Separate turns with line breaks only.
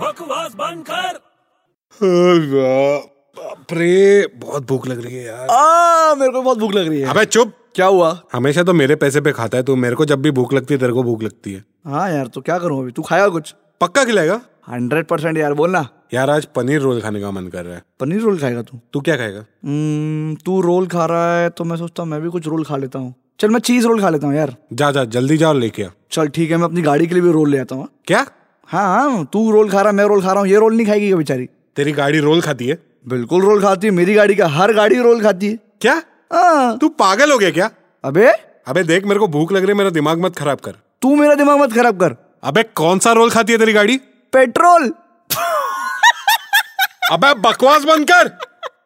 बकवास बंद कर
अरे बहुत भूख लग रही है यार
आ, मेरे को बहुत भूख लग रही है
अबे चुप
क्या हुआ
हमेशा तो मेरे पैसे पे खाता है तू मेरे को जब भी भूख लगती है तेरे को भूख लगती है
हाँ यार तो क्या करूँ अभी तू खाएगा कुछ
पक्का खिलाएगा
हंड्रेड परसेंट यार बोलना
यार आज पनीर रोल खाने का मन कर रहा है
पनीर रोल खाएगा तू
तू क्या खाएगा
हम्म, तू रोल खा रहा है तो मैं सोचता हूँ मैं भी कुछ रोल खा लेता हूँ चल मैं चीज रोल खा लेता हूँ यार
जा जा जल्दी जा और लेके आ
चल ठीक है मैं अपनी गाड़ी के लिए भी रोल ले आता हूँ
क्या
हाँ हाँ तू रोल खा रहा है मैं रोल खा रहा हूँ ये रोल नहीं खाएगी क्या बेचारी
तेरी गाड़ी रोल खाती है
बिल्कुल रोल खाती है मेरी गाड़ी का हर गाड़ी रोल खाती है
क्या
हाँ
तू पागल हो गया क्या
अबे
अबे देख मेरे को भूख लग रही है मेरा दिमाग मत खराब कर
तू मेरा दिमाग मत खराब कर
अबे कौन सा रोल खाती है तेरी गाड़ी
पेट्रोल
अबे बकवास बंद कर